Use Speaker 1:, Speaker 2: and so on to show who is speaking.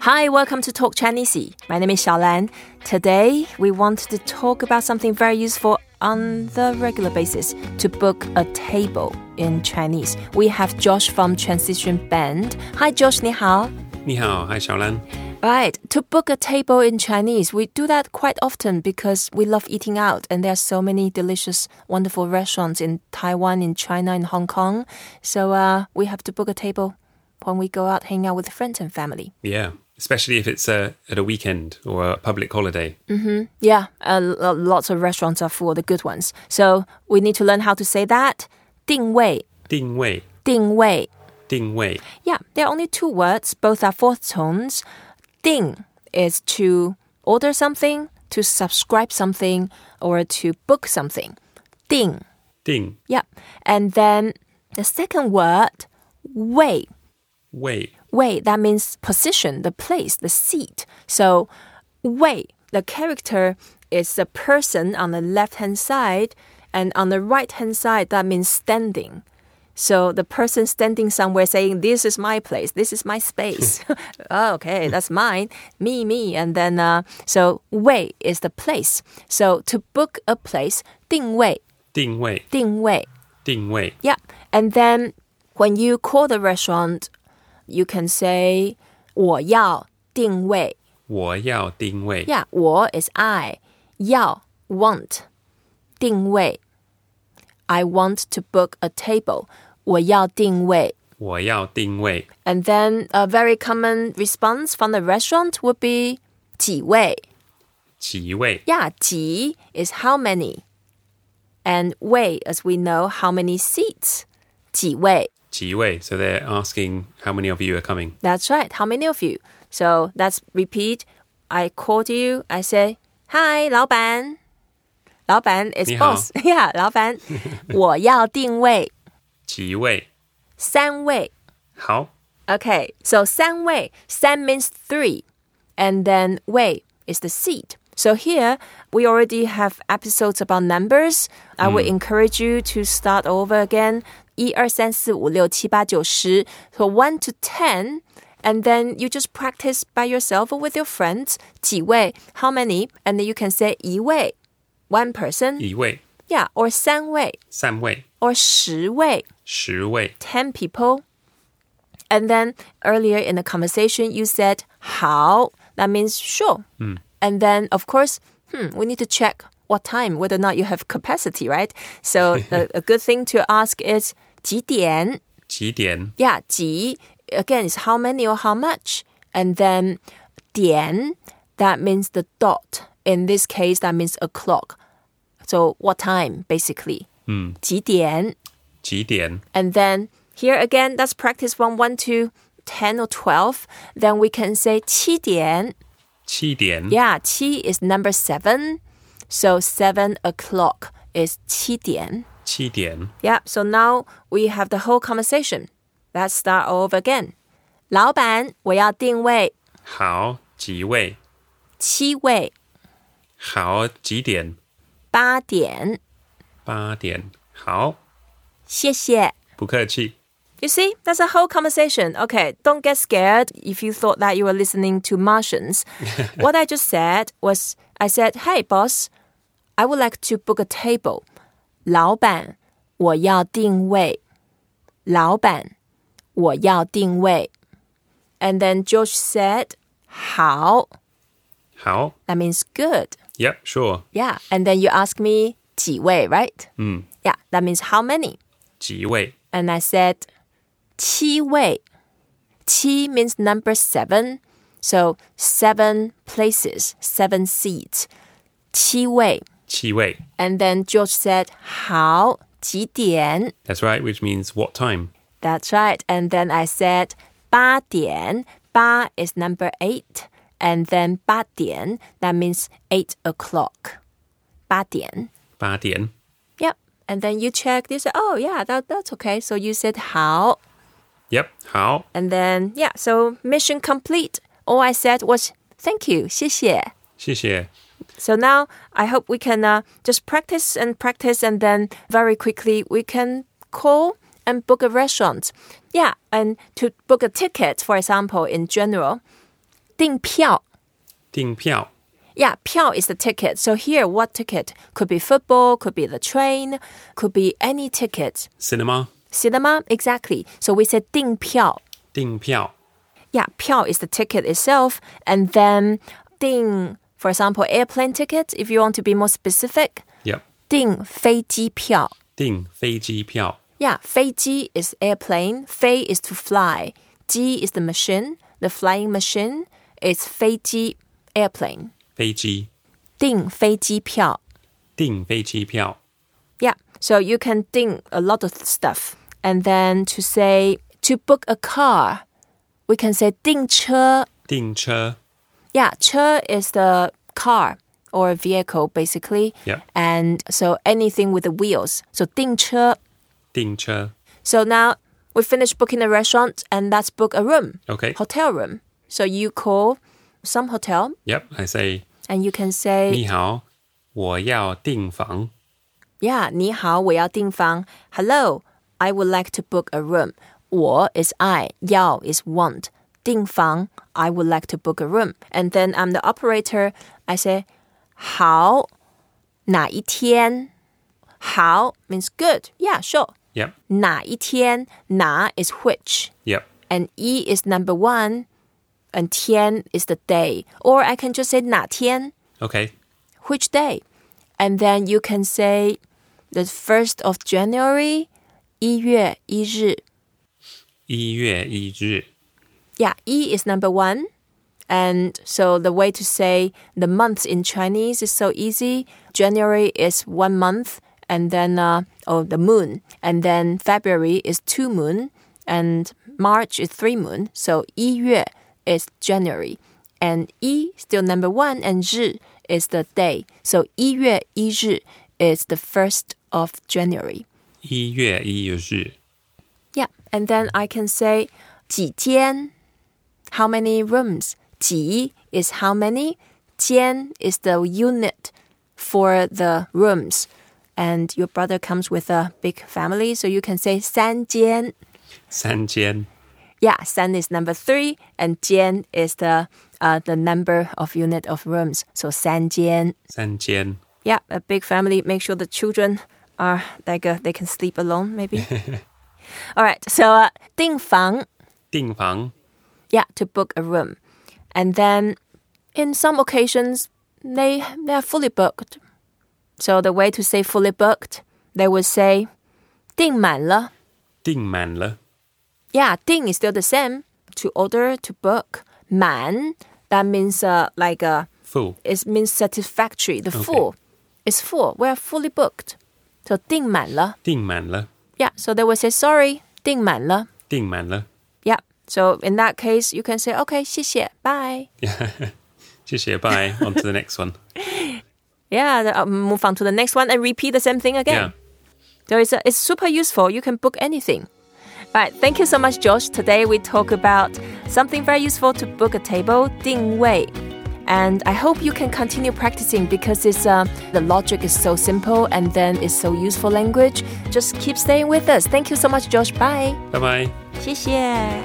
Speaker 1: Hi, welcome to Talk Chinese. My name is Xiaolan. Today, we want to talk about something very useful on the regular basis to book a table in Chinese. We have Josh from Transition Band. Hi, Josh, 你好.
Speaker 2: 你好，Hi，小兰。
Speaker 1: Right, to book a table in Chinese, we do that quite often because we love eating out and there are so many delicious, wonderful restaurants in Taiwan, in China, in Hong Kong. So uh, we have to book a table when we go out, hang out with friends and family.
Speaker 2: Yeah, especially if it's uh, at a weekend or a public holiday.
Speaker 1: Yeah, uh, lo- lots of restaurants are full, the good ones. So we need to learn how to say that. 定位,
Speaker 2: 定位，
Speaker 1: 定位.
Speaker 2: 定位.
Speaker 1: Yeah, there are only two words. Both are fourth tones. Ding is to order something, to subscribe something, or to book something. Ding.
Speaker 2: 定位.
Speaker 1: Yeah. And then the second word, wei. Wei, that means position, the place, the seat. So, wei, the character is the person on the left hand side, and on the right hand side, that means standing. So, the person standing somewhere saying, This is my place, this is my space. "Oh, okay, that's mine, me, me. And then, uh, so wei is the place. So, to book a place, 定位,
Speaker 2: 定位，
Speaker 1: 定位.
Speaker 2: 定位.
Speaker 1: Yeah. And then when you call the restaurant, you can say 我要定位.
Speaker 2: 我要定位.
Speaker 1: Yeah, 我 is I. 要 want. 定位. I want to book a table. 我要定位.
Speaker 2: 我要定位.
Speaker 1: And then a very common response from the restaurant would be 几位.
Speaker 2: 几位?
Speaker 1: Yeah, 几 is how many. And 位, as we know, how many seats. 几位.
Speaker 2: 几位. So they're asking how many of you are coming.
Speaker 1: That's right. How many of you? So let's repeat. I called you. I say, "Hi, 老板."老板 is
Speaker 2: 你好。
Speaker 1: boss. Yeah, 老板. 我要定位
Speaker 2: 几位?
Speaker 1: 三位.
Speaker 2: 好,
Speaker 1: Okay, so 三位.三 means three, and then 位 is the seat. So here we already have episodes about numbers. I would encourage you to start over again. 1, 2, 3, 4, 5, 6, 7, 8, 9, 10. So 1 to 10, and then you just practice by yourself or with your friends. 几位, how many? And then you can say 一位, one person.
Speaker 2: 一位,
Speaker 1: Yeah, or 三位,
Speaker 2: 三位,
Speaker 1: or 十位.
Speaker 2: 十位,
Speaker 1: 10 people. And then earlier in the conversation, you said, how? That means sure. And then, of course, hmm, we need to check what time, whether or not you have capacity, right? So a, a good thing to ask is 几点?
Speaker 2: 几点?
Speaker 1: Yeah, 几 again is how many or how much, and then 点 that means the dot. In this case, that means a clock. So what time basically? 几点?
Speaker 2: 几点?
Speaker 1: And then here again, that's practice from 1 to 10 or 12. Then we can say 七点.
Speaker 2: 七点?
Speaker 1: Yeah, 七 is number 7. So 7 o'clock is 七点.
Speaker 2: 七点?
Speaker 1: Yeah, so now we have the whole conversation. Let's start all over again. 老板，我要定位七位。
Speaker 2: 好，几位?好，几点?八点.
Speaker 1: 八点，谢谢。
Speaker 2: 好，不客气.
Speaker 1: You see, that's a whole conversation. Okay, don't get scared if you thought that you were listening to Martians. what I just said was I said, Hey, boss, I would like to book a table. 老板，我要定位。老板，我要定位。And then George said, How?
Speaker 2: 好,
Speaker 1: That means good.
Speaker 2: yep, sure.
Speaker 1: Yeah. And then you ask me, 几位, right? Yeah, that means how many?
Speaker 2: 几位?
Speaker 1: and I said, 七位.七 means number seven. So seven places, seven seats. 七位.
Speaker 2: 七位.
Speaker 1: And then George said, how? 几点?
Speaker 2: That's right, which means what time?
Speaker 1: That's right. And then I said, 八点.八 is number eight. And then 八点, that means eight o'clock. 八点.
Speaker 2: 八点.
Speaker 1: Yep. And then you checked, you said, oh, yeah, that, that's okay. So you said, how?
Speaker 2: Yep, 好,
Speaker 1: And then, yeah, so mission complete. All I said was thank you, 谢谢.
Speaker 2: 谢谢.
Speaker 1: So now I hope we can uh, just practice and practice, and then very quickly we can call and book a restaurant. Yeah, and to book a ticket, for example, in general, 订票.
Speaker 2: 订票.
Speaker 1: Yeah, 票 is the ticket. So here, what ticket? Could be football, could be the train, could be any ticket.
Speaker 2: Cinema.
Speaker 1: Cinema, exactly. So we say 订票.
Speaker 2: 订票.
Speaker 1: Yeah, 票 is the ticket itself. And then 订, for example, airplane ticket, if you want to be more specific.
Speaker 2: Yep.
Speaker 1: 订飞机票.
Speaker 2: 订飞机票.
Speaker 1: Yeah, 飞机 is airplane, 飞 is to fly, 机 is the machine, the flying machine is 飞机 airplane.
Speaker 2: 飞机.
Speaker 1: 订飞机票.
Speaker 2: 订飞机票.
Speaker 1: Yeah, so you can 订 a lot of stuff. And then to say to book a car, we can say 订车.
Speaker 2: 订车.
Speaker 1: Yeah, 车 is the car or vehicle basically.
Speaker 2: Yeah.
Speaker 1: And so anything with the wheels. So 订车.
Speaker 2: 订车.
Speaker 1: So now we finish booking a restaurant and let's book a room,
Speaker 2: Okay.
Speaker 1: hotel room. So you call some hotel
Speaker 2: Yep. I say
Speaker 1: and you can say,
Speaker 2: 你好,我要订房.
Speaker 1: yeah, 你好,我要订房. Hello, I would like to book a room. 我 is I, 要 is want. 订房, I would like to book a room. And then I'm the operator. I say, 好,哪一天?好 means good. Yeah, sure.
Speaker 2: Yep.
Speaker 1: 哪一天?哪 is which.
Speaker 2: Yep.
Speaker 1: and E is number one, and Tian is the day. Or I can just say 哪天,
Speaker 2: Okay.
Speaker 1: which day. And then you can say the 1st of January, 一月一日.
Speaker 2: 一月一日.
Speaker 1: Yeah, E is number one. And so the way to say the month in Chinese is so easy. January is one month, and then, uh, oh, the moon. And then February is two moon, and March is three moon. So 一月 is January. And 一 still number one, and 日 is the day. So 一月一日 is the first of January.
Speaker 2: 一月一日.
Speaker 1: Yeah, and then I can say 几间, how many rooms? 几 is how many, 间 is the unit for the rooms. And your brother comes with a big family, so you can say 三间.
Speaker 2: 三间.
Speaker 1: Yeah, 三 is number 3 and 间 is the uh, the number of unit of rooms. So 三间.
Speaker 2: 三间.
Speaker 1: Yeah, a big family. Make sure the children are like uh, they can sleep alone, maybe. All right. So uh, 订房,
Speaker 2: 订房.
Speaker 1: yeah, to book a room, and then in some occasions they they are fully booked. So the way to say fully booked, they would say 订满了.
Speaker 2: 订满了.
Speaker 1: Yeah, 订 is still the same. To order, to book, 满 that means uh, like uh,
Speaker 2: Full.
Speaker 1: it means satisfactory. The full is full. We're fully booked. So 订满了.
Speaker 2: 订满了.
Speaker 1: Yeah. So they will say sorry. 订满了.
Speaker 2: 订满了.
Speaker 1: Yeah. So in that case, you can say okay, 谢谢, bye.
Speaker 2: Just bye. On to the next one.
Speaker 1: Yeah. then I'll move on to the next one and repeat the same thing
Speaker 2: Yeah.
Speaker 1: again. So it's a, it's super useful. You can book anything. All right. Thank you so much, Josh. Today we talk about something very useful to book a table, 定位. And I hope you can continue practicing because it's uh, the logic is so simple and then it's so useful language. Just keep staying with us. Thank you so much, Josh. Bye.
Speaker 2: Bye bye.
Speaker 1: 谢谢。